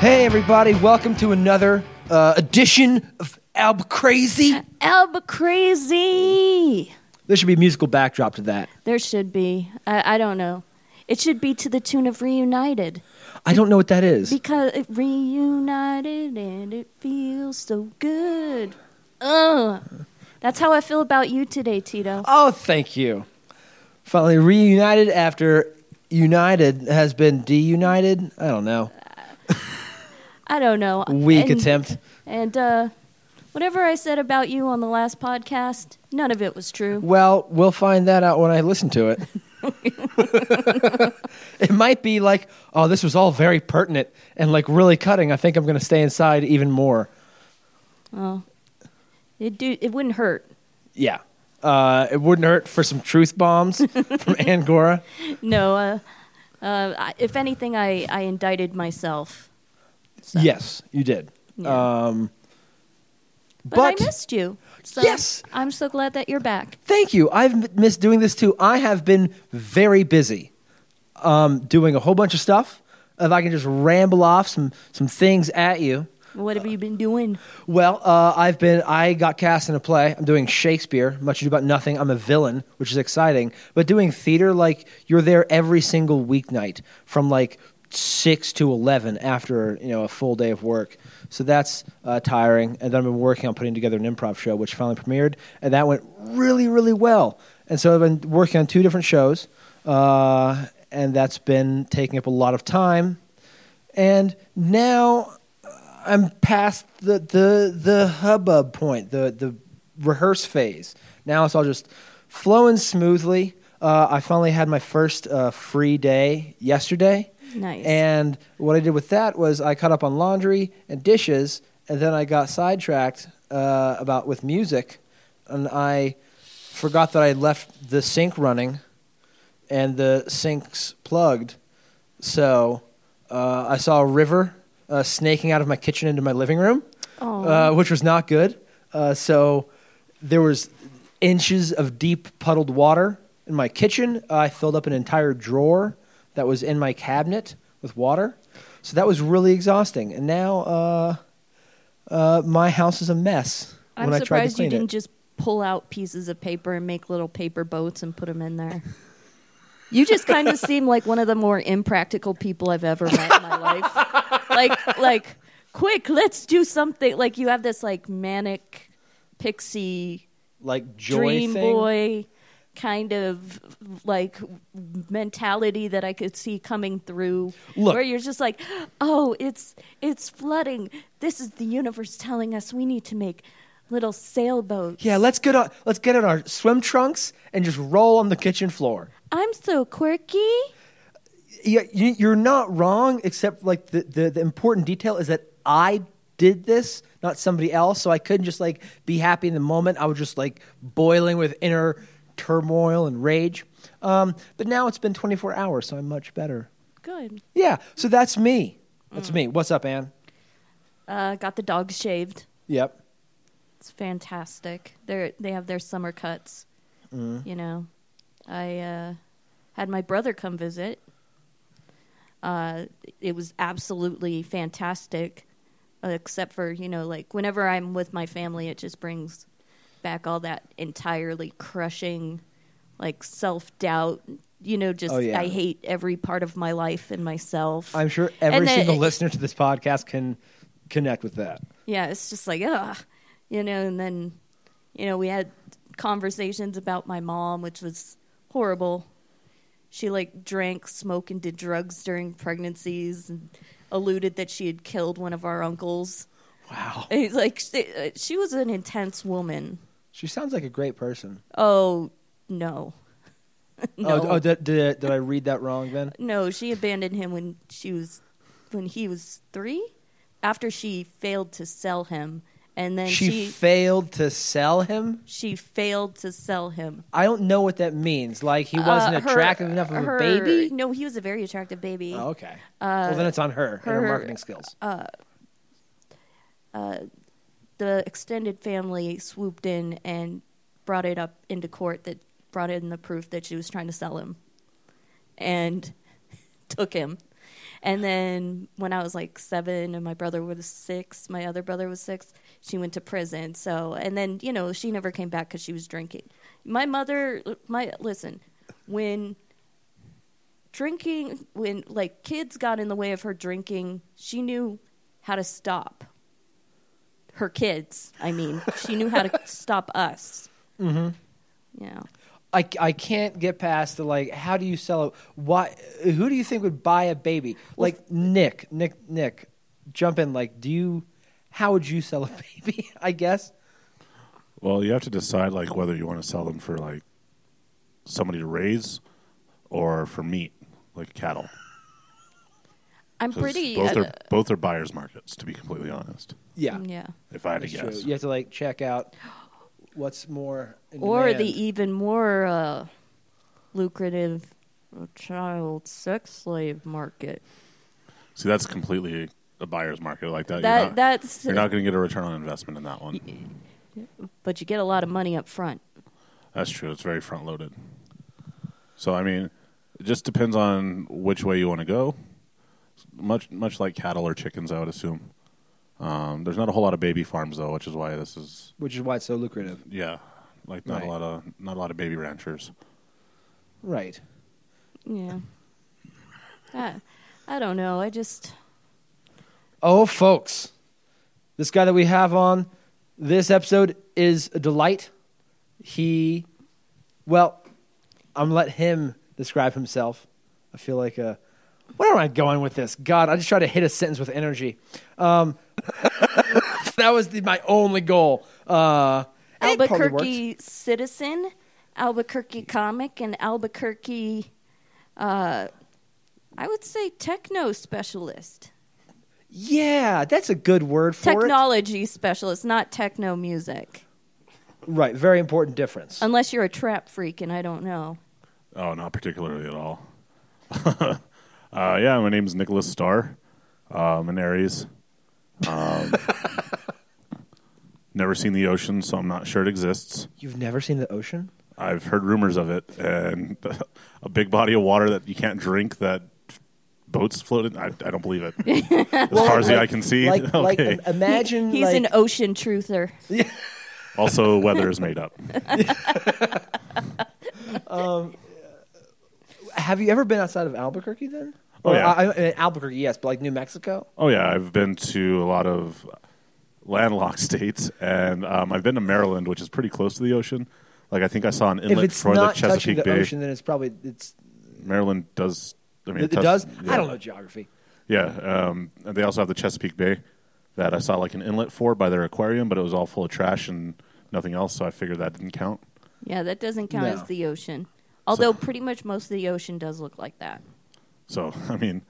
everybody. Welcome to another uh, edition of Alb Crazy. Elba crazy. There should be a musical backdrop to that. There should be. I, I don't know. It should be to the tune of reunited I don't know what that is. because it reunited and it feels so good. Ugh. That's how I feel about you today, Tito. Oh, thank you. Finally reunited after United has been deunited. I don't know. I don't know. Weak and, attempt. And uh, whatever I said about you on the last podcast, none of it was true. Well, we'll find that out when I listen to it. it might be like, oh, this was all very pertinent and like really cutting. I think I'm going to stay inside even more. It do. It wouldn't hurt. Yeah. Uh, it wouldn't hurt for some truth bombs from Angora. No. Uh, uh, I- if anything, I, I indicted myself. Yes, you did. Yeah. Um, But, I missed you. So Yes. I'm so glad that you're back. Thank you. I've m- missed doing this too. I have been very busy um, doing a whole bunch of stuff. If I can just ramble off some, some things at you. What have you been doing? Well, uh, I've been, I got cast in a play. I'm doing Shakespeare, Much Ado About Nothing. I'm a villain, which is exciting. But doing theater, like, you're there every single weeknight from like 6 to 11 after, you know, a full day of work. So that's uh, tiring. And then I've been working on putting together an improv show, which finally premiered. And that went really, really well. And so I've been working on two different shows. Uh, and that's been taking up a lot of time. And now uh, I'm past the the the hubbub point, the the rehearse phase. Now it's all just flowing smoothly. Uh, I finally had my first uh, free day yesterday. Nice. And what I did with that was I caught up on laundry and dishes, and then I got sidetracked uh, about with music, and I forgot that I had left the sink running, and the sinks plugged. So uh, I saw a river uh, snaking out of my kitchen into my living room, Oh. uh, which was not good. Uh, so there was inches of deep puddled water in my kitchen. Uh, I filled up an entire drawer that was in my cabinet with water. So that was really exhausting. And now uh, uh, my house is a mess. I'm when I tried to surprised clean you it. didn't just pull out pieces of paper and make little paper boats and put them in there. You just kind of seem like one of the more impractical people I've ever met in my life. Like, like, quick, let's do something. Like, you have this like manic, pixie, like joy dream thing. boy kind of like mentality that I could see coming through. Look. where you're just like, oh, it's it's flooding. This is the universe telling us we need to make little sailboats. Yeah, let's get on. Let's get in our swim trunks and just roll on the kitchen floor. I'm so quirky. Yeah, you, you're not wrong, except like the, the the important detail is that I did this, not somebody else. So I couldn't just like be happy in the moment. I was just like boiling with inner turmoil and rage. Um, but now it's been 24 hours, so I'm much better. Good. Yeah, so that's me. That's me. What's up, Anne? Uh, got the dogs shaved. Yep. It's fantastic. They they have their summer cuts. Mm-hmm. You know, I uh, had my brother come visit. Uh, it was absolutely fantastic, uh, except for you know, like whenever I'm with my family, it just brings back all that entirely crushing, like self doubt. You know, just Oh, yeah. I hate every part of my life and myself. I'm sure every And then- single listener to this podcast can connect with that. yeah, it's just like, ugh, you know, and then, you know, we had conversations about my mom, which was horrible. She like drank, smoked, and did drugs during pregnancies and alluded that she had killed one of our uncles. Wow. And It's like, she, uh, she was an intense woman. She sounds like a great person. Oh, no. no. Oh, oh did, did, did I read that wrong then? No, she abandoned him when she was when he was 3 after she failed to sell him and then She, she failed to sell him? she failed to sell him. I don't know what that means. Like, he wasn't Uh, her- attractive enough of her- a baby? No, he was a very attractive baby. Oh, okay. well, then it's on her, and her- uh, her marketing skills. The extended family swooped in and brought it up into court that brought in the proof that she was trying to sell him and took him. And then when I was like seven and my brother was six, my other brother was six, she went to prison. So, and then, you know, she never came back because she was drinking. My mother, my, listen, when drinking, when like kids got in the way of her drinking, she knew how to stop her kids. I mean, she knew how to stop us. Mm-hmm. Yeah. I, I can't get past the like how do you sell it why who do you think would buy a baby like nick nick nick jump in like do you how would you sell a baby i guess Well, you have to decide like whether you want to sell them for like somebody to raise or for meat, like cattle. I'm 'Cause pretty. Both uh, are both are buyers markets, to be completely honest. yeah yeah. If I had to That's true. guess, you have to like check out what's more in Or demand. the e- even more uh, lucrative uh, child sex slave market. see that's completely a buyer's market like that. that Oh, you're not, that's. you're not going to get a return on investment in that one. but you get a lot of money up front. That's true. It's very front loaded. So I mean, it just depends on which way you want to go. Much much like cattle or chickens, I would assume. Um, there's not a whole lot of baby farms though, which is why this is which is why it's so lucrative yeah, like not Right. a lot of not a lot of baby ranchers. right Yeah. I, I don't know. I just. oh folks this guy that we have on this episode is a delight he well i'm gonna let him describe himself i feel like uh where am i going with this god i just try to hit a sentence with energy um that was the, my only goal uh and it probably worked. Albuquerque citizen, Albuquerque comic, and Albuquerque, uh, I would say techno specialist, yeah that's a good word for it technology specialist, not techno music. right very important difference Unless you're a trap freak, and I don't know. Oh, not particularly at all. uh, yeah, my name's Nicholas Starr. Uh, I'm an Aries. Um, never seen the ocean, so I'm not sure it exists. you've never seen the ocean I've heard rumors of it, and a big body of water that you can't drink that boats floated. I, I don't believe it. as far as the eye can see. like like okay. im- imagine He's like, an ocean truther. also, weather is made up. Have you ever been outside of Albuquerque then? Oh, Or, yeah. I, I- I- Albuquerque, yes, but like New Mexico. Oh yeah, I've been to a lot of landlocked states, and um, I've been to Maryland, which is pretty close to the ocean. Like I think I saw an If inlet it's for the not touching Chesapeake the Bay. ocean, then it's probably it's Maryland does. I mean, it, touch- does. yeah. I don't know geography. Yeah, um, and they also have the Chesapeake Bay that I saw like an inlet for by their aquarium, but it was all full of trash and nothing else, so I figured that didn't count. Yeah, that doesn't count No. as the ocean. Although pretty much most of the ocean does look like that. So I mean,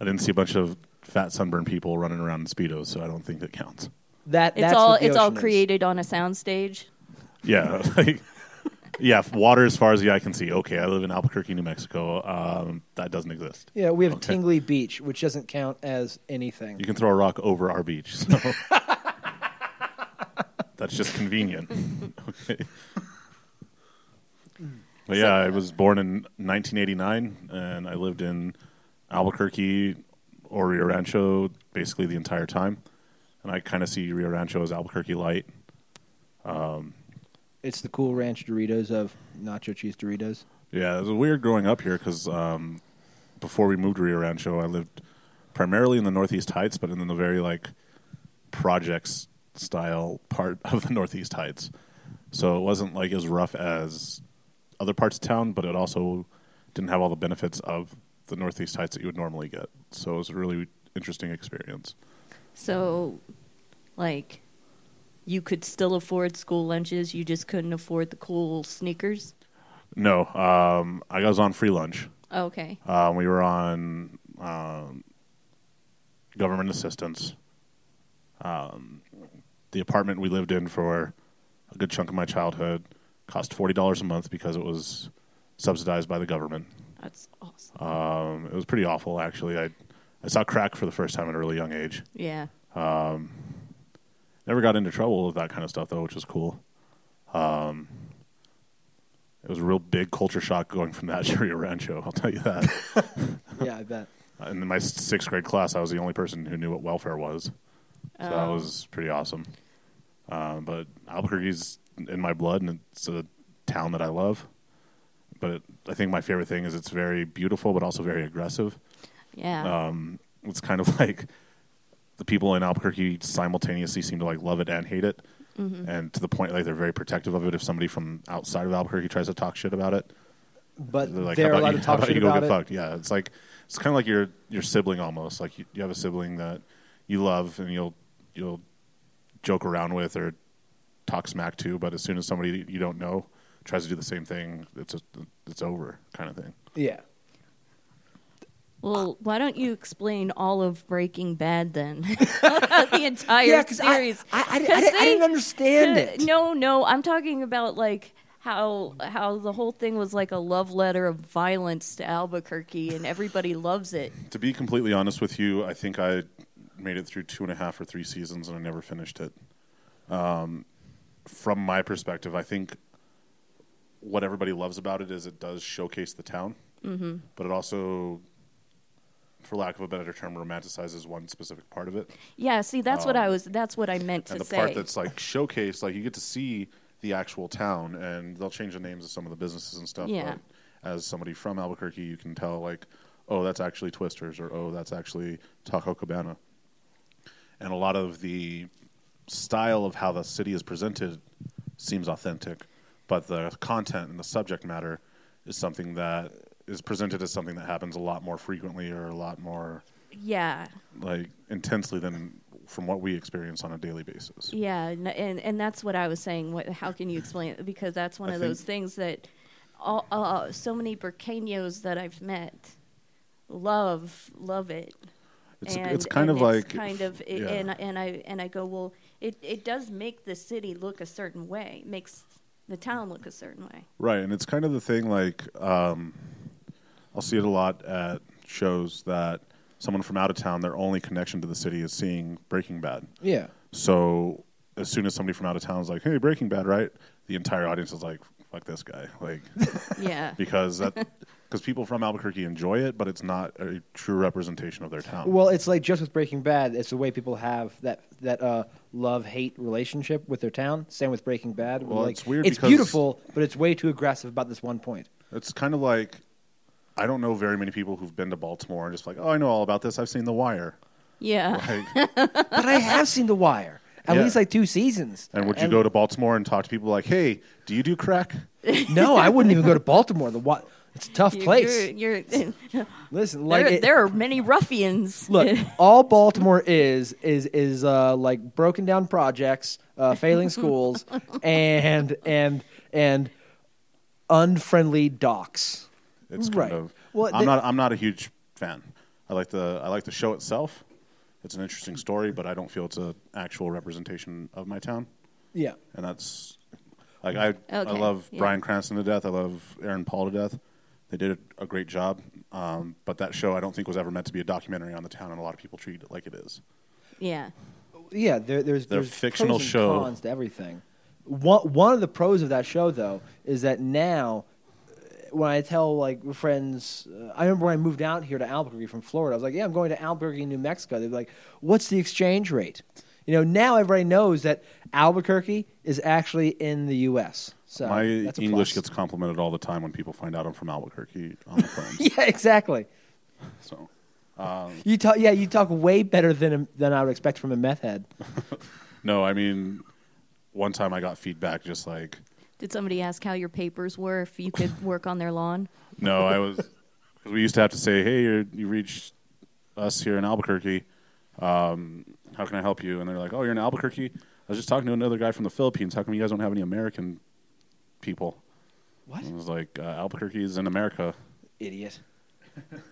I didn't see a bunch of fat sunburned people running around in speedos, so I don't think that counts. That It's that's all what the it's all ocean is. created on a soundstage. Yeah, like, yeah. f- Water as far as the eye can see. Okay, I live in Albuquerque, New Mexico. Um, that doesn't exist. Yeah, we have Okay. Tingly Beach, which doesn't count as anything. You can throw a rock over our beach. So. That's just convenient. okay. But yeah, I was born in 1989, and I lived in Albuquerque or Rio Rancho basically the entire time. And I kind of see Rio Rancho as Albuquerque light. It's the Cool Ranch Doritos of nacho cheese Doritos. Yeah, it was weird growing up here because um, before we moved to Rio Rancho, I lived primarily in the Northeast Heights, but in the very like projects style part of the Northeast Heights. So it wasn't like as rough as other parts of town, but it also didn't have all the benefits of the Northeast Heights that you would normally get. So it was a really interesting experience. So, like, you could still afford school lunches, you just couldn't afford the cool sneakers. No, um, I was on free lunch. Okay. Um, we were on um, government assistance. Um, the apartment we lived in for a good chunk of my childhood cost forty dollars a month because it was subsidized by the government. That's awesome. Um, it was pretty awful, actually. I I saw crack for the first time at a really young age. yeah. Never got into trouble with that kind of stuff though, which was cool. Um, it was a real big culture shock going from that to Rio Rancho. I'll tell you that. Yeah, I bet. Uh, in my sixth grade class, I was the only person who knew what welfare was. So that was pretty awesome. Uh, but Albuquerque's in my blood, and it's a town that I love. But it, I think my favorite thing is it's very beautiful, but also very aggressive. Yeah. It's kind of like the people in Albuquerque simultaneously seem to like love it and hate it, and to the point like they're very protective of it. If somebody from outside of Albuquerque tries to talk shit about it, But they're, they're like, how about allowed to you, how talk about shit you go about get it. fucked? Yeah, it's like it's kind of like your your sibling almost. Like you, you have a sibling that you love and you'll you'll joke around with or talk smack to, but as soon as somebody that you don't know tries to do the same thing, it's a, it's over kind of thing. Yeah. Ah. well, why don't you explain all of Breaking Bad then? the entire yeah, because I, I, series. I, I, 'Cause didn't- I they- didn't understand Yeah, it. No, no, I'm talking about like how how the whole thing was like a love letter of violence to Albuquerque, and everybody loves it. To be completely honest with you, I think I made it through two and a half or three seasons and I never finished it. Um, from my perspective, I think what everybody loves about it is it does showcase the town, mm-hmm. but it also, for lack of a better term, romanticizes one specific part of it. Yeah, see, that's Oh. what I was. That's what I meant to and the say. part that's like showcased, like you get to see the actual town, and they'll change the names of some of the businesses and stuff. Yeah. But as somebody from Albuquerque, you can tell like, oh, that's actually Twisters, or oh, that's actually Taco Cabana, and a lot of the style of how the city is presented seems authentic, but the content and the subject matter is something that is presented as something that happens a lot more frequently or a lot more yeah, like intensely than from what we experience on a daily basis. yeah, and and, and that's what I was saying. What, how can you explain it? Because that's one I of think- those things that all, uh, so many Burkenos that I've met love love it. It's and, it's kind and of like kind of it, yeah. and and I and I go well it it does make the city look a certain way It makes the town look a certain way right, and it's kind of the thing like um, I'll see it a lot at shows that someone from out of town their only connection to the city is seeing Breaking Bad. Yeah. So as soon as somebody from out of town is like, "Hey, Breaking Bad," right? The entire audience is like, "Fuck this guy!" Like yeah because that because people from Albuquerque enjoy it, but it's not a true representation of their town. Well, it's like just with Breaking Bad, it's the way people have that that uh, love hate relationship with their town. Same with Breaking Bad. Well, like, it's weird It's because- beautiful, but it's way too aggressive about this one point. It's kind of like I don't know very many people who've been to Baltimore and just like, "Oh, I know all about this. I've seen The Wire." yeah Like, But I have seen The Wire at Yeah. least like two seasons. And would you go to Baltimore and talk to people like, "Hey, do you do crack?" No, I wouldn't even go to Baltimore. The what? It's a tough You- place. you're, you're Listen, like there, it- there are many ruffians Look, all Baltimore is is is uh, like broken down projects, uh, failing schools, and and and unfriendly docks. It's kind Right. of. Well, I'm the- not. I'm not a huge fan. I like the. I like the show itself. It's an interesting story, but I don't feel it's an actual representation of my town, Yeah. and that's like I. I Okay, love yeah. Brian Cranston to death. I love Aaron Paul to death. They did a great job, um, but that show I don't think was ever meant to be a documentary on the town, and a lot of people treat it like it is. yeah Yeah, there, there's They're there's fictional pros and show. cons to everything. One one of the pros of that show though is that now, uh, when I tell like friends, uh, I remember when I moved out here to Albuquerque from Florida, I was like, yeah, I'm going to Albuquerque, New Mexico. They'd be like, what's the exchange rate? You know, now everybody knows that Albuquerque is actually in the U.S. So my that's a English plus. gets complimented all the time when people find out I'm from Albuquerque on the phone. yeah, exactly. So. You talk yeah, you talk way better than than I would expect from a meth head. No, I mean, one time I got feedback just like, did somebody ask how your papers were if you could work on their lawn no, I was, because we used to have to say, hey, you're, you reached us here in Albuquerque. Um, how can I help you? And they're like, oh, you're in Albuquerque? I was just talking to another guy from the Philippines. How come you guys don't have any American people? What And I was like, uh, Albuquerque is in America. idiot? And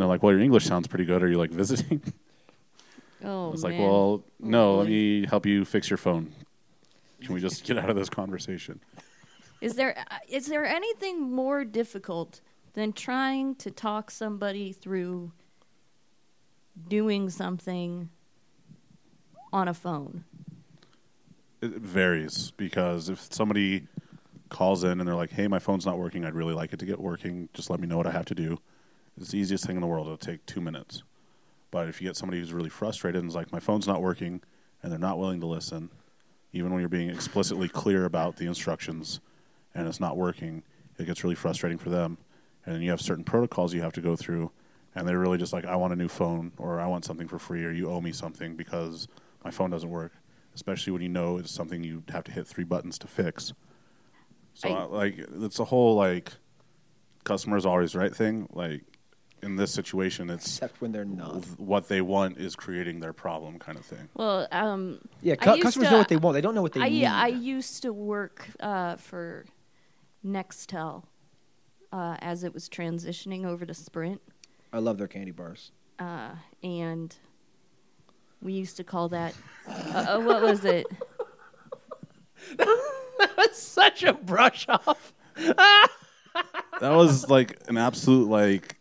they're like, well, your English sounds pretty good. Are you like visiting? oh I was man. like, well, no, let Hopefully. me help you fix your phone. Can we just get out of this conversation? is there uh, is there anything more difficult than trying to talk somebody through doing something on a phone It varies because if somebody calls in and they're like, "Hey, my phone's not working. I'd really like it to get working. Just let me know what I have to do." It's the easiest thing in the world. It'll take two minutes. But if you get somebody who's really frustrated and is like, my phone's not working, and they're not willing to listen, even when you're being explicitly clear about the instructions and it's not working, it gets really frustrating for them. And then you have certain protocols you have to go through, and they're really just like, I want a new phone, or I want something for free, or you owe me something because my phone doesn't work, especially when you know it's something you have to hit three buttons to fix. So, I- uh, like, it's a whole, like, customer's always right thing. Like, in this situation, it's except when they're not. what they want is creating their problem kind of thing. Well, um, Yeah, I cu- used customers to- know what they want. They don't know what they I, need. I used to work uh, for Nextel uh, as it was transitioning over to Sprint, I love their candy bars. and we used to call that uh, uh, what was it? That's such a brush off. That was like an absolute like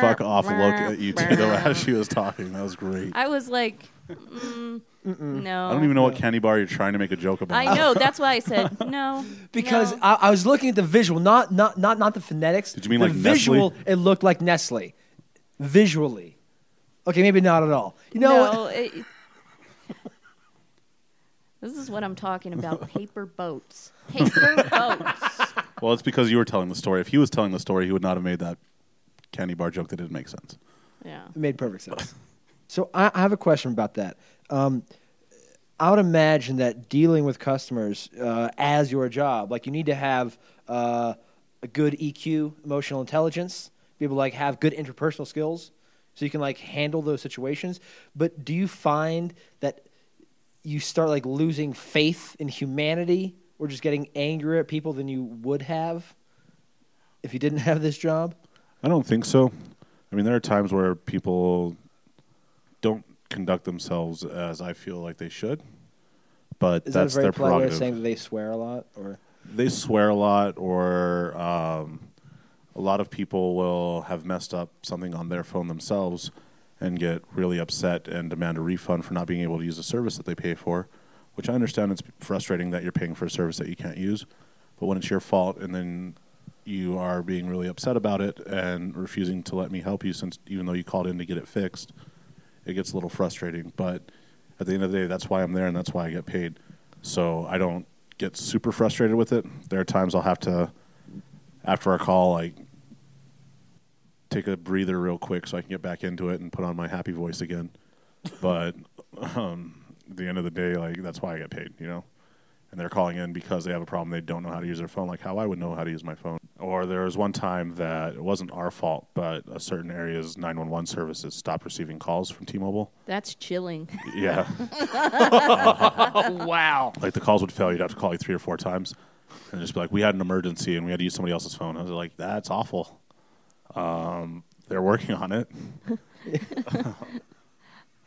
fuck off look at you too though as she was talking. That was great. I was like, mm, no. I don't even know what candy bar you're trying to make a joke about. I know. That's why I said no. Because no. I, I was looking at the visual, not not not not the phonetics. Did you mean the like Nestle? visual? It looked like Nestle, visually. Okay, maybe not at all. You know, what? No, it- this is what I'm talking about. Paper boats. Paper boats. Well, it's because you were telling the story. If he was telling the story, he would not have made that candy bar joke that didn't make sense. Yeah. It made perfect sense. so I, I have a question about that. Um, I would imagine that dealing with customers uh, as your job, like you need to have uh, a good EQ, emotional intelligence, be able to like have good interpersonal skills, so you can like handle those situations. But do you find that you start like losing faith in humanity, or just getting angrier at people than you would have if you didn't have this job? I don't think so. I mean, there are times where people don't conduct themselves as I feel like they should, but Is that's that a their very polite way of prerogative. saying that they swear a lot, or? they swear a lot or um, a lot of people will have messed up something on their phone themselves and get really upset and demand a refund for not being able to use a service that they pay for which i understand it's frustrating that you're paying for a service that you can't use but when it's your fault and then you are being really upset about it and refusing to let me help you since even though you called in to get it fixed it gets a little frustrating. But at the end of the day, that's why I'm there and that's why I get paid. So I don't get super frustrated with it. There are times I'll have to, after a call, like take a breather real quick so I can get back into it and put on my happy voice again. But um, at the end of the day, like that's why I get paid, you know. And they're calling in because they have a problem. They don't know how to use their phone, like how I would know how to use my phone. Or there was one time that it wasn't our fault, but a certain area's 911 services stopped receiving calls from T-Mobile. That's chilling. Yeah, wow. like the calls would fail. You'd have to call like three or four times, and just be like, "We had an emergency and we had to use somebody else's phone." I was like, "That's awful." Um, they're working on it.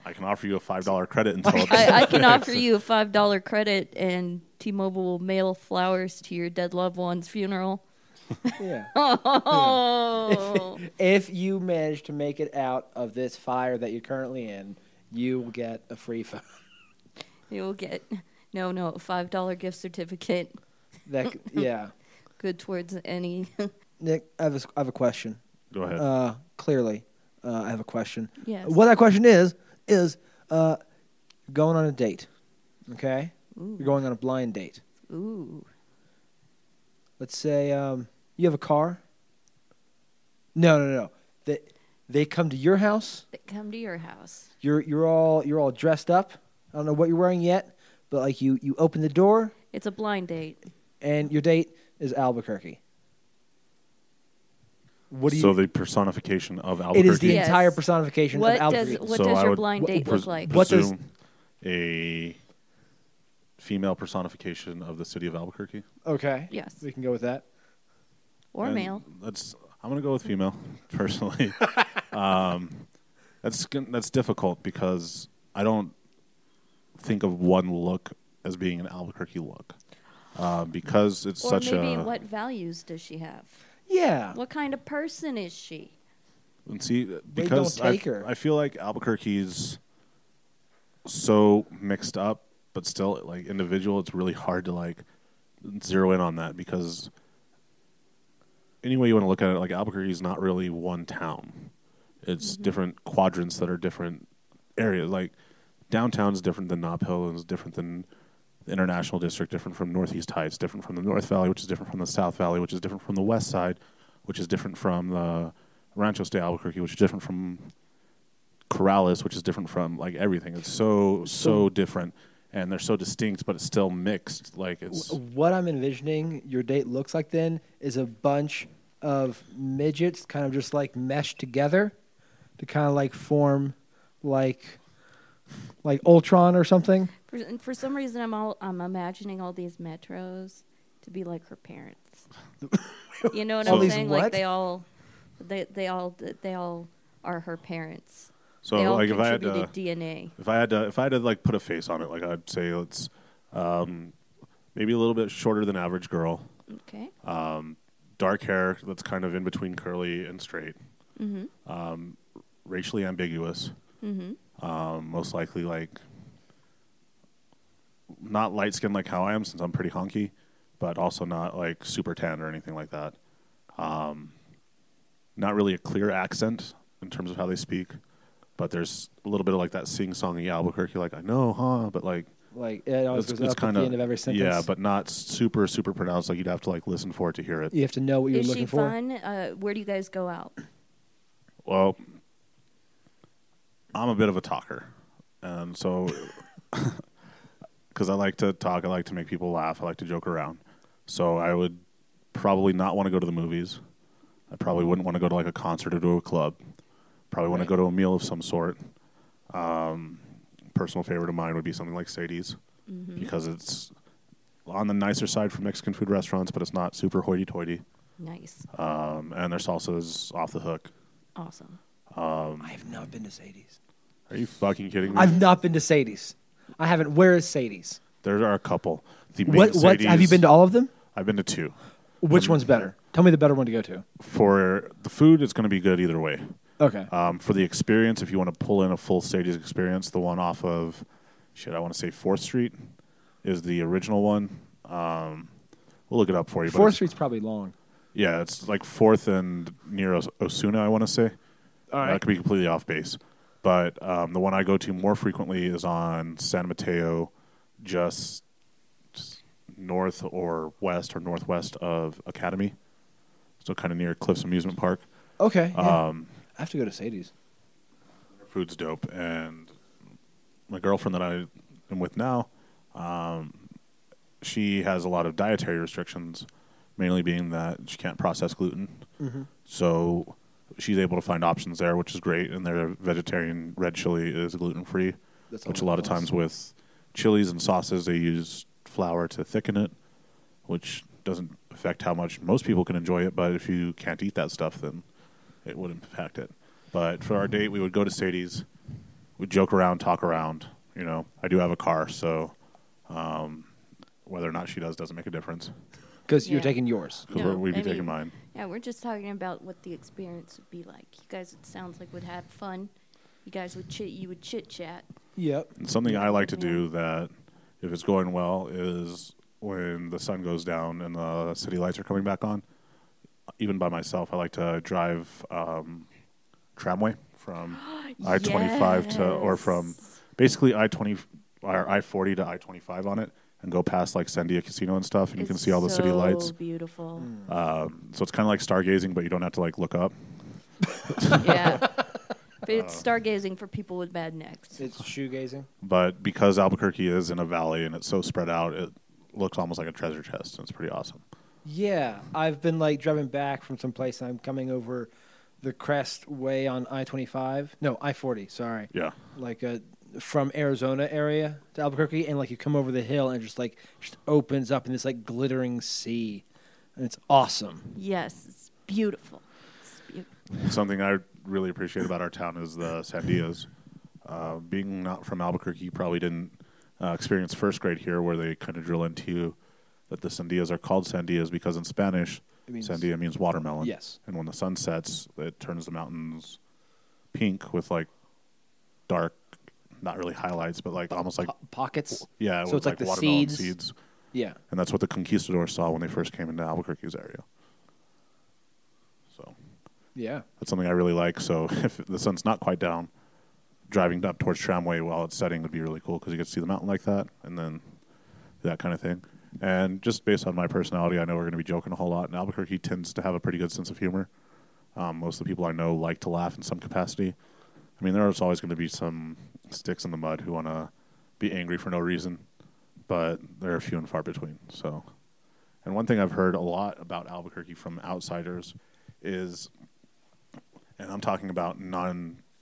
I can offer you a five dollar credit until it's I, I can offer you a five dollar credit, and T-Mobile will mail flowers to your dead loved one's funeral. Yeah. Oh, if you manage to make it out of this fire that you're currently in, you will get a free phone. you will get no, no, a five dollar gift certificate. That c- yeah. Good towards any. Nick, I have a s I have a question. Go ahead. Uh, clearly, uh, I have a question. Yes. What that question is is uh, going on a date. Okay. You're going on a blind date. Ooh, Let's say um, you have a car. No, no, no. They they come to your house. they come to your house. You're you're all you're all dressed up. I don't know what you're wearing yet, but like you you open the door. It's a blind date. and your date is Albuquerque. What do you? so the personification of it Albuquerque. is the Yes. entire personification What of does Albuquerque. what So does I your would- blind What- date pres- look like? what does- presume a female personification of the city of Albuquerque? okay. Yes. we can go with that. or And male? That's I'm gonna go with female personally. um, that's gon- that's difficult because I don't think of one look as being an Albuquerque look uh, because it's Or such maybe a what values does she have? Yeah, What kind of person is she? And see, uh, because don't I, take her. I feel like Albuquerque's so mixed up, but still like individual. It's really hard to like zero in on that because any way you want to look at it, like Albuquerque is not really one town. It's Mm-hmm. different quadrants that are different areas. Like downtown's different than Nob Hill, and it's different than the International District, different from Northeast Heights, different from the North Valley, which is different from the South Valley, which is different from the West Side, which is different from the Ranchos de Albuquerque, which is different from Corrales, which is different from like everything. It's so so different, and they're so distinct, but it's still mixed. Like it's What I'm envisioning your date looks like then is a bunch of midgets kind of just like meshed together to kind of like form like like Ultron or something. For, and for some reason, I'm all I'm imagining all these metros to be like her parents. you know what All I'm these saying? what? Like they all, they they all they all are her parents. so they all like if I had contributed to, DNA. if I had to if I had to like put a face on it, like I'd say it's um, maybe a little bit shorter than average girl, Okay. dark hair that's kind of in between curly and straight, mm-hmm. um, racially ambiguous, mm-hmm. um, most likely like not light skinned like how I am since I'm pretty honky, but also not like super tan or anything like that. Um, not really a clear accent in terms of how they speak, but there's a little bit of like that sing songy Albuquerque, like I know, huh? But like Like Oh, it always it's, goes it's up at kind the end of every of sentence. yeah, but not super super pronounced. Like you'd have to like listen for it to hear it. you have to know what you're Is looking she for. fun? Uh, where do you guys go out? Well, I'm a bit of a talker, and so because I like to talk, I like to make people laugh, I like to joke around. So I would probably not want to go to the movies. I probably wouldn't want to go to like a concert or to a club. Probably want to Right. go to a meal of some sort. Um, personal favorite of mine would be something like Sadie's because it's on the nicer side for Mexican food restaurants, but it's not super hoity-toity. Nice. Um, and their salsa is off the hook. Awesome. I've not been to Sadie's. Are you fucking kidding me? I've not been to Sadie's. I haven't. Where is Sadie's? There are a couple. The main What what have you Sadie's- been to all of them? I've been to two. Which one's better? Tell me the better one to go to. For the food, it's going to be good either way. Okay. Um, for the experience, if you want to pull in a full Sadie's experience, the one off of shit, I want to say Fourth Street is the original one. Um, we'll look it up for you. but Fourth it's- Street's probably long. Yeah, it's like Fourth and near Os- Osuna, I want to say. All right. That could be completely off base. But um, the one I go to more frequently is on San Mateo, just just north or west or northwest of Academy. So kind of near Cliffs Amusement Park. Okay. yeah. I have to go to Sadie's. Their food's dope. And my girlfriend that I am with now, um, she has a lot of dietary restrictions, mainly being that she can't process gluten. Mm-hmm. So she's able to find options there, which is great. And their vegetarian red chili is gluten free, That's which a all lot it of was. times with chilies and sauces, they use flour to thicken it, which doesn't affect how much most people can enjoy it. But if you can't eat that stuff, then it would impact it. But for our Mm-hmm. date, we would go to Sadie's, we'd joke around, talk around. You know, I do have a car, so um, whether or not she does doesn't make a difference Because you're Yeah. taking yours. because No, we'd be I taking mean- mine. Yeah, we're just talking about what the experience would be like. You guys, it sounds like would have fun. You guys would chit. You would chit chat. Yep. And something I like to do that, if it's going well, is when the sun goes down and the city lights are coming back on. Even by myself, I like to drive um, tramway from I twenty five to or from Yes. basically I twenty or I forty to I twenty five on it, and go past like Sandia Casino and stuff, and you can It's see all the city so lights. Mm. Beautiful. So it's kind of like stargazing, but you don't have to like look up. yeah. But Uh. it's stargazing for people with bad necks. It's shoegazing. But because Albuquerque is in a valley and it's so spread out, it looks almost like a treasure chest, and it's pretty awesome. Yeah, I've been like driving back from some place, and I'm coming over the crest way on I-25. No, I-40. Sorry. Yeah. Like uh, from Arizona area to Albuquerque, and like you come over the hill, and it just like just opens up in this like glittering sea, and it's awesome. Yes, it's beautiful. It's beautiful. Something I really appreciate about our town is the Sandias. Uh, being not from Albuquerque, you probably didn't uh, experience first grade here, where they kind of drill into you that the Sandias are called Sandias because in Spanish, It means- Sandia means watermelon. Yes. And when the sun sets, it turns the mountains pink with like dark, not really highlights, but like almost like, Po- pockets. yeah, So with it's like, the watermelon seeds. seeds. Yeah. And that's what the conquistadors saw when they first came into Albuquerque's area. Yeah. That's something I really like. So if the sun's not quite down, driving up towards Tramway while it's setting would be really cool because you get to see the mountain like that and then that kind of thing. And just based on my personality, I know we're going to be joking a whole lot. And Albuquerque tends to have a pretty good sense of humor. Um, most of the people I know like to laugh in some capacity. I mean, there's always going to be some sticks in the mud who want to be angry for no reason, but they're few and far between. So, and one thing I've heard a lot about Albuquerque from outsiders is and I'm talking about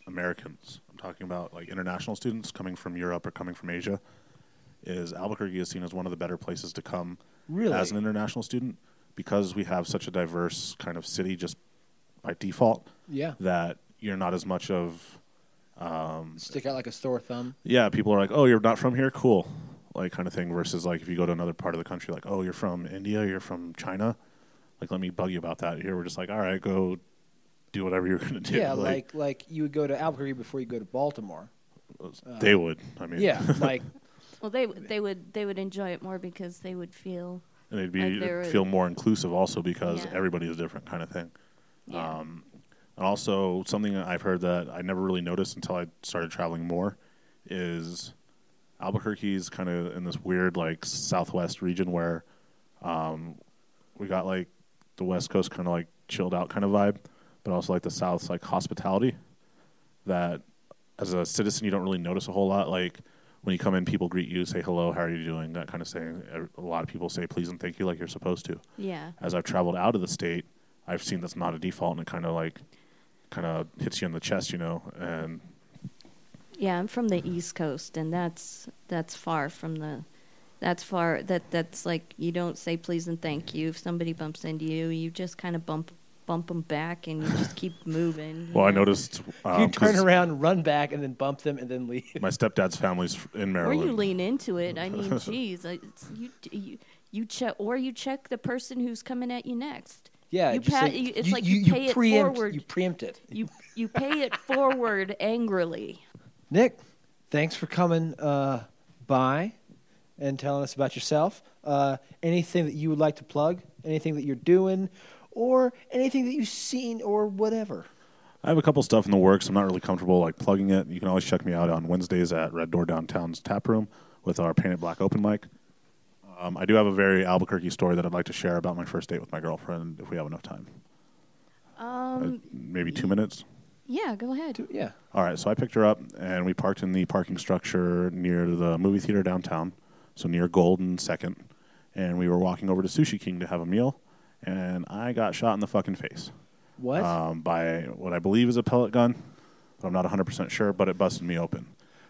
non-Americans. I'm talking about like international students coming from Europe or coming from Asia. Is Albuquerque is seen as one of the better places to come Really? as an international student because we have such a diverse kind of city just by default Yeah. that you're not as much of Stick out like a sore thumb. yeah people are like oh you're not from here cool like kind of thing versus like if you go to another part of the country like oh you're from India you're from China like let me bug you about that here we're just like all right go do whatever you're gonna do Yeah, like, like you would go to Albuquerque before you go to Baltimore. they would I mean uh, Yeah, like Well, they w- they would they would enjoy it more because they would feel and it'd be Like it'd there was- feel more inclusive also because Yeah. everybody is different kind of thing yeah. Um, and also something that i've heard that i never really noticed until i started traveling more is albuquerque's kind of in this weird like southwest region where um, we got like the west coast kind of like chilled out kind of vibe but also like the south's like hospitality that as a citizen you don't really notice a whole lot like when you come in people greet you say hello how are you doing that kind of thing a lot of people say please and thank you like you're supposed to yeah. as I've traveled out of the state, I've seen that's not a default, and it kind of like kind of hits you in the chest, you know. And Yeah, I'm from the East Coast, and that's that's far from the. That's far. That that's like you don't say please and thank you if somebody bumps into you. You just kind of bump bump them back, and you just keep moving. you well, I know? noticed you um, turn 'cause around, run back, and then bump them, and then leave. my stepdad's family's f- in Or Maryland. you lean into it. I mean, geez, I, it's, you you you check, or you check the person who's coming at you next. Yeah, you just pa- like- you, it's like you, pay it preempt, forward. You preempt it. you you pay it forward angrily. Nick, thanks for coming uh, by and telling us about yourself. Uh, anything that you would like to plug, anything that you're doing, or anything that you've seen, or whatever. I have a couple stuff in the works. I'm not really comfortable like plugging it. You can always check me out on Wednesdays at Red Door Downtown's tap room with our Painted Black open mic. Um, I do have a very Albuquerque story that I'd like to share about my first date with my girlfriend, if we have enough time. Um, maybe two minutes. Yeah, go ahead. Do- Yeah. All right, so I picked her up and we parked in the parking structure near the movie theater downtown, so near Golden Second, and we were walking over to Sushi King to have a meal, and I got shot in the fucking face What? um, by what I believe is a pellet gun. I'm not 100% sure, but it busted me open.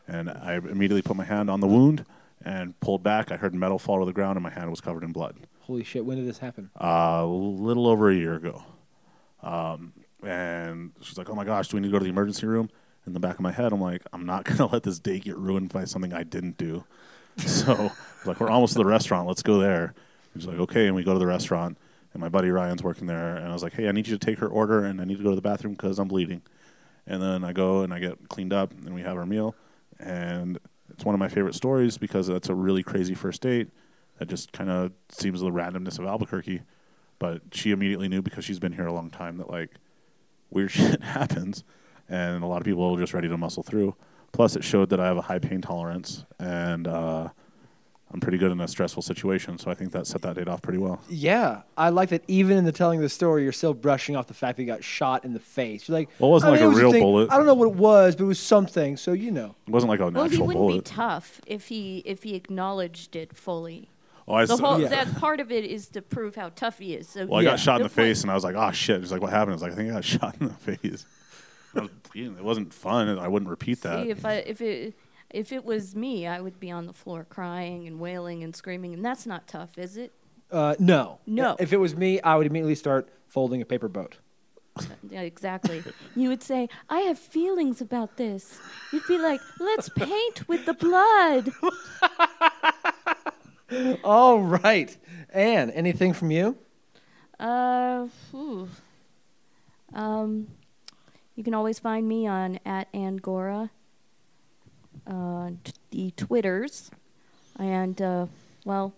And I immediately put my hand on the wound and pulled back. I heard metal fall to the ground, and my hand was covered in blood Holy shit! When did this happen? uh, a little over a year ago. Um, and she's like, "Oh my gosh, do we need to go to the emergency room?" In the back of my head, I'm like, "I'm not gonna let this day get ruined by something I didn't do." So, like, we're almost to the restaurant. Let's go there. And she's like, "Okay," and we go to the restaurant. And my buddy Ryan's working there, and I was like, "Hey, I need you to take her order, and I need to go to the bathroom because I'm bleeding." And then I go and I get cleaned up, and we have our meal. And it's one of my favorite stories because that's a really crazy first date. That just kind of seems the randomness of Albuquerque. But she immediately knew because she's been here a long time that like weird shit happens, and a lot of people are just ready to muscle through. Plus, it showed that I have a high pain tolerance, and uh, I'm pretty good in a stressful situation. So I think that set that date off pretty well. Yeah, I like that. Even in the telling of the story, you're still brushing off the fact that you got shot in the face. You're like, Well, it wasn't I mean, like a it was real thing- bullet. I don't know what it was, but it was something. So you know, It wasn't like a Well, he natural wouldn't bullet. be tough if he if he acknowledged it fully. oh, I, The s- whole Yeah. that part of it is to prove how tough he is. So Well, I Yeah. got shot in the point- face, and I was like, "Oh shit!" He's like, "What happened?" I was like, "I think I got shot in the face." I was bleeding. It wasn't fun. and I wouldn't repeat that. See, if I if it if it was me, I would be on the floor crying and wailing and screaming, and that's not tough, is it? uh, no, No. If it was me, I would immediately start folding a paper boat. Yeah, exactly. you would say, "I have feelings about this." You'd be like, "Let's paint with the blood." All right, Anne. Anything from you? Uh, phew. um, you can always find me on at Angora, uh, t- the Twitters, and uh, well,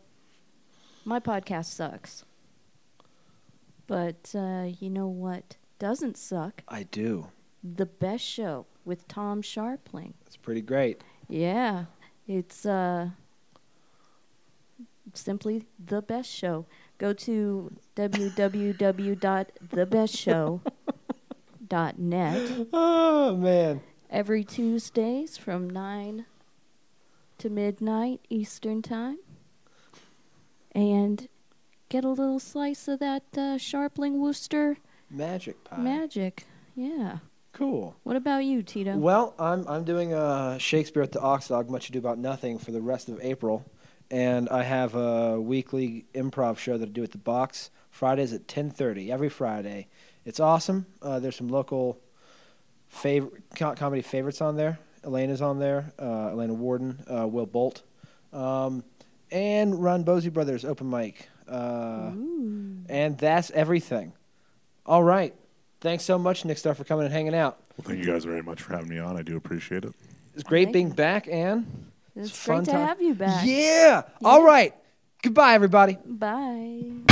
my podcast sucks, but uh, you know what? doesn't suck. I do. The best show with Tom Sharpling. It's pretty great. Yeah, it's uh, simply the best show. Go to www.thebestshow.net Oh man. every Tuesdays from 9 to midnight Eastern Time. And get a little slice of that uh, Sharpling Worcester Magic pie. magic. Yeah. cool. What about you, Tito? Well, I'm I'm doing uh, Shakespeare at the Oxog, Much Ado About Nothing, for the rest of April, and I have a weekly improv show that I do at the Box Fridays at 10:30 every Friday. It's awesome. Uh, there's some local favorite co- comedy favorites on there. Elena's on there. Uh, Elena Warden, uh, Will Bolt, um, and Ron Bosey Brothers open mic. Uh, Ooh. and that's everything. All right. Thanks so much, Nick Star, for coming and hanging out. Well, thank you guys very much for having me on. I do appreciate it. It's great Thank being you. back, Anne. It's It's great fun to time. have you back. Yeah. All right. Goodbye, everybody. Bye.